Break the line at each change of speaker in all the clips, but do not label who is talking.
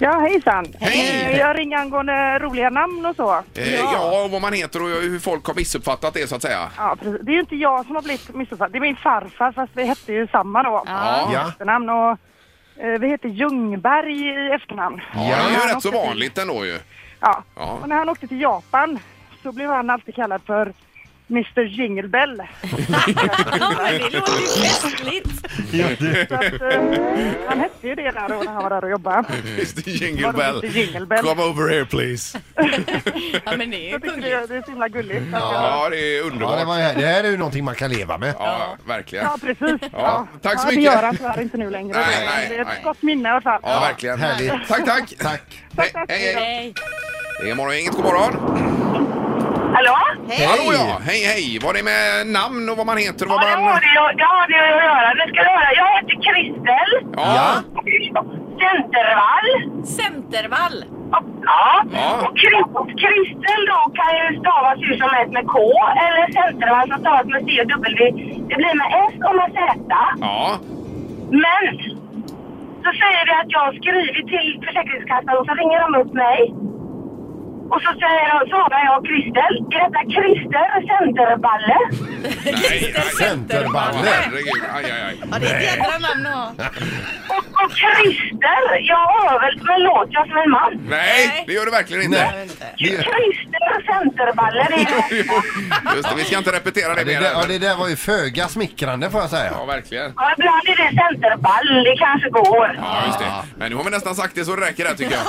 Ja, hejsan.
Hej.
Eh, Jag ringer angående roliga namn och så.
Eh, ja, och vad man heter och hur folk har missuppfattat det så att säga.
Ja, precis. Det är ju inte jag som har blivit missuppfattad. Det är min farfar, fast vi hette ju samma då.
Ja. Ja.
Efternamn och, eh, vi heter Ljungberg i efternamn.
det är
Han
ju rätt
åkte
så
till-
vanligt ändå ju.
Ja.
Ja.
Och när han åkte till Japan så blev han alltid kallad för Mr Jingle Bell.
Det låter ju festligt.
Så att, eh, han hette ju det där då när han var där och jobbade.
Mr Jingle Bell.
Mr Jingle Bell.
Come over here please.
Ja, men det är
Jag tycker
kungligt.
det, det är så himla gulligt. att jag-
Ja, det är
Ja, det,
underbart.
var, det här är ju någonting man kan leva med.
Ja, verkligen.
Ja, precis.
Ja, tack så
Ja,
mycket.
Det gör han tyvärr inte nu längre.
Nej,
Men
nej,
det är ett
nej.
gott minne i alla fall.
Ja, verkligen.
Härligt.
Tack, tack.
Tack.
Hej, hej, hej.
Hej.
Det är morgongänget, god morgon.
Hallå?
Hej!
Hallå ja, hej hej. Var det med namn och vad man heter och vad
Ja, det har
man...
det, ja, det, har det att göra. Det ska du höra. Jag heter Kristel.
Ja.
Centervall.
Centervall.
Och- Ja.
Ja.
Och Kri- Kristel då kan ju stavas hur som helst med K. Eller Centervall som stavas med C och W. Det blir med S och med Z.
Ja.
Men så säger det att jag har skrivit till Försäkringskassan och så ringer de upp mig. Och så säger de, svarar jag Kristel. Är detta Krister Centerballe?
Nej, nej. Ja,
Centerballe.
herregud. Aj, aj, aj.
Ja, det är ett jädra namn att ha.
Och, och Christer, jag hör väl, men låter jag som en man?
Nej, det gör du verkligen inte.
Nej.
Christer Centerballe, det är
Just det, vi ska inte repetera det
Det där, ja,
mer.
det där var ju föga smickrande får jag säga.
Ja, verkligen.
Ja, ibland är det Centerball, det kanske går.
Ja, just det. Men nu har vi nästan sagt det så det räcker det tycker jag.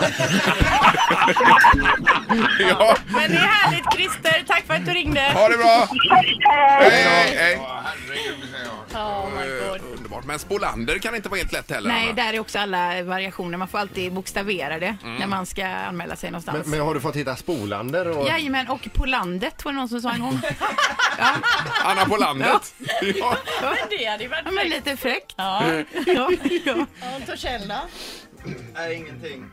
ja,
Men det är härligt Christer, tack för att du ringde.
ha det bra!
Eh,
Hej, hej, hej!
Oh my
Eh,
god.
Underbart. Men Spolander kan inte vara helt lätt heller.
Nej,
Anna.
där är också alla variationer. Man får alltid bokstavera det när man ska anmäla sig någonstans.
Men, men har du fått hitta Spolander? Och...
Jajamän, och på landet var det någon som sa en gång. Ja,
Anna på landet. Ja.
Men det hade ju varit
ja, men lite fräckt.
Ja.
Ja, ja.
Ja, Torssell då?
Nej, ingenting.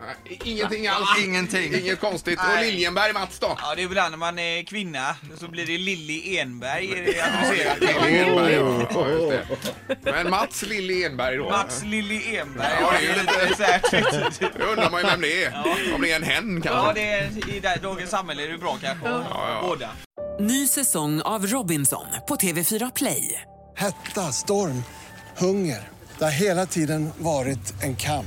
Nej, Ingenting alls.
Ingenting.
Inget konstigt. Och
Nej.
Liljenberg, Mats då?
Ja, det är ibland när man är kvinna så blir det Lilly Enberg är det associerat till.
Liljenberg, ja. Ja, just det. Men Mats Lilly Enberg då?
Mats Lilly Enberg.
Ja, det är ju lite-
så här.
Det undrar man ju vem det är. Om det är en hen kanske.
Ja, det är, i där, dagens samhälle är det bra kanske.
ja.
Båda.
Ny säsong av Robinson på TV4 Play.
Hetta, storm, hunger. Det har hela tiden varit en kamp.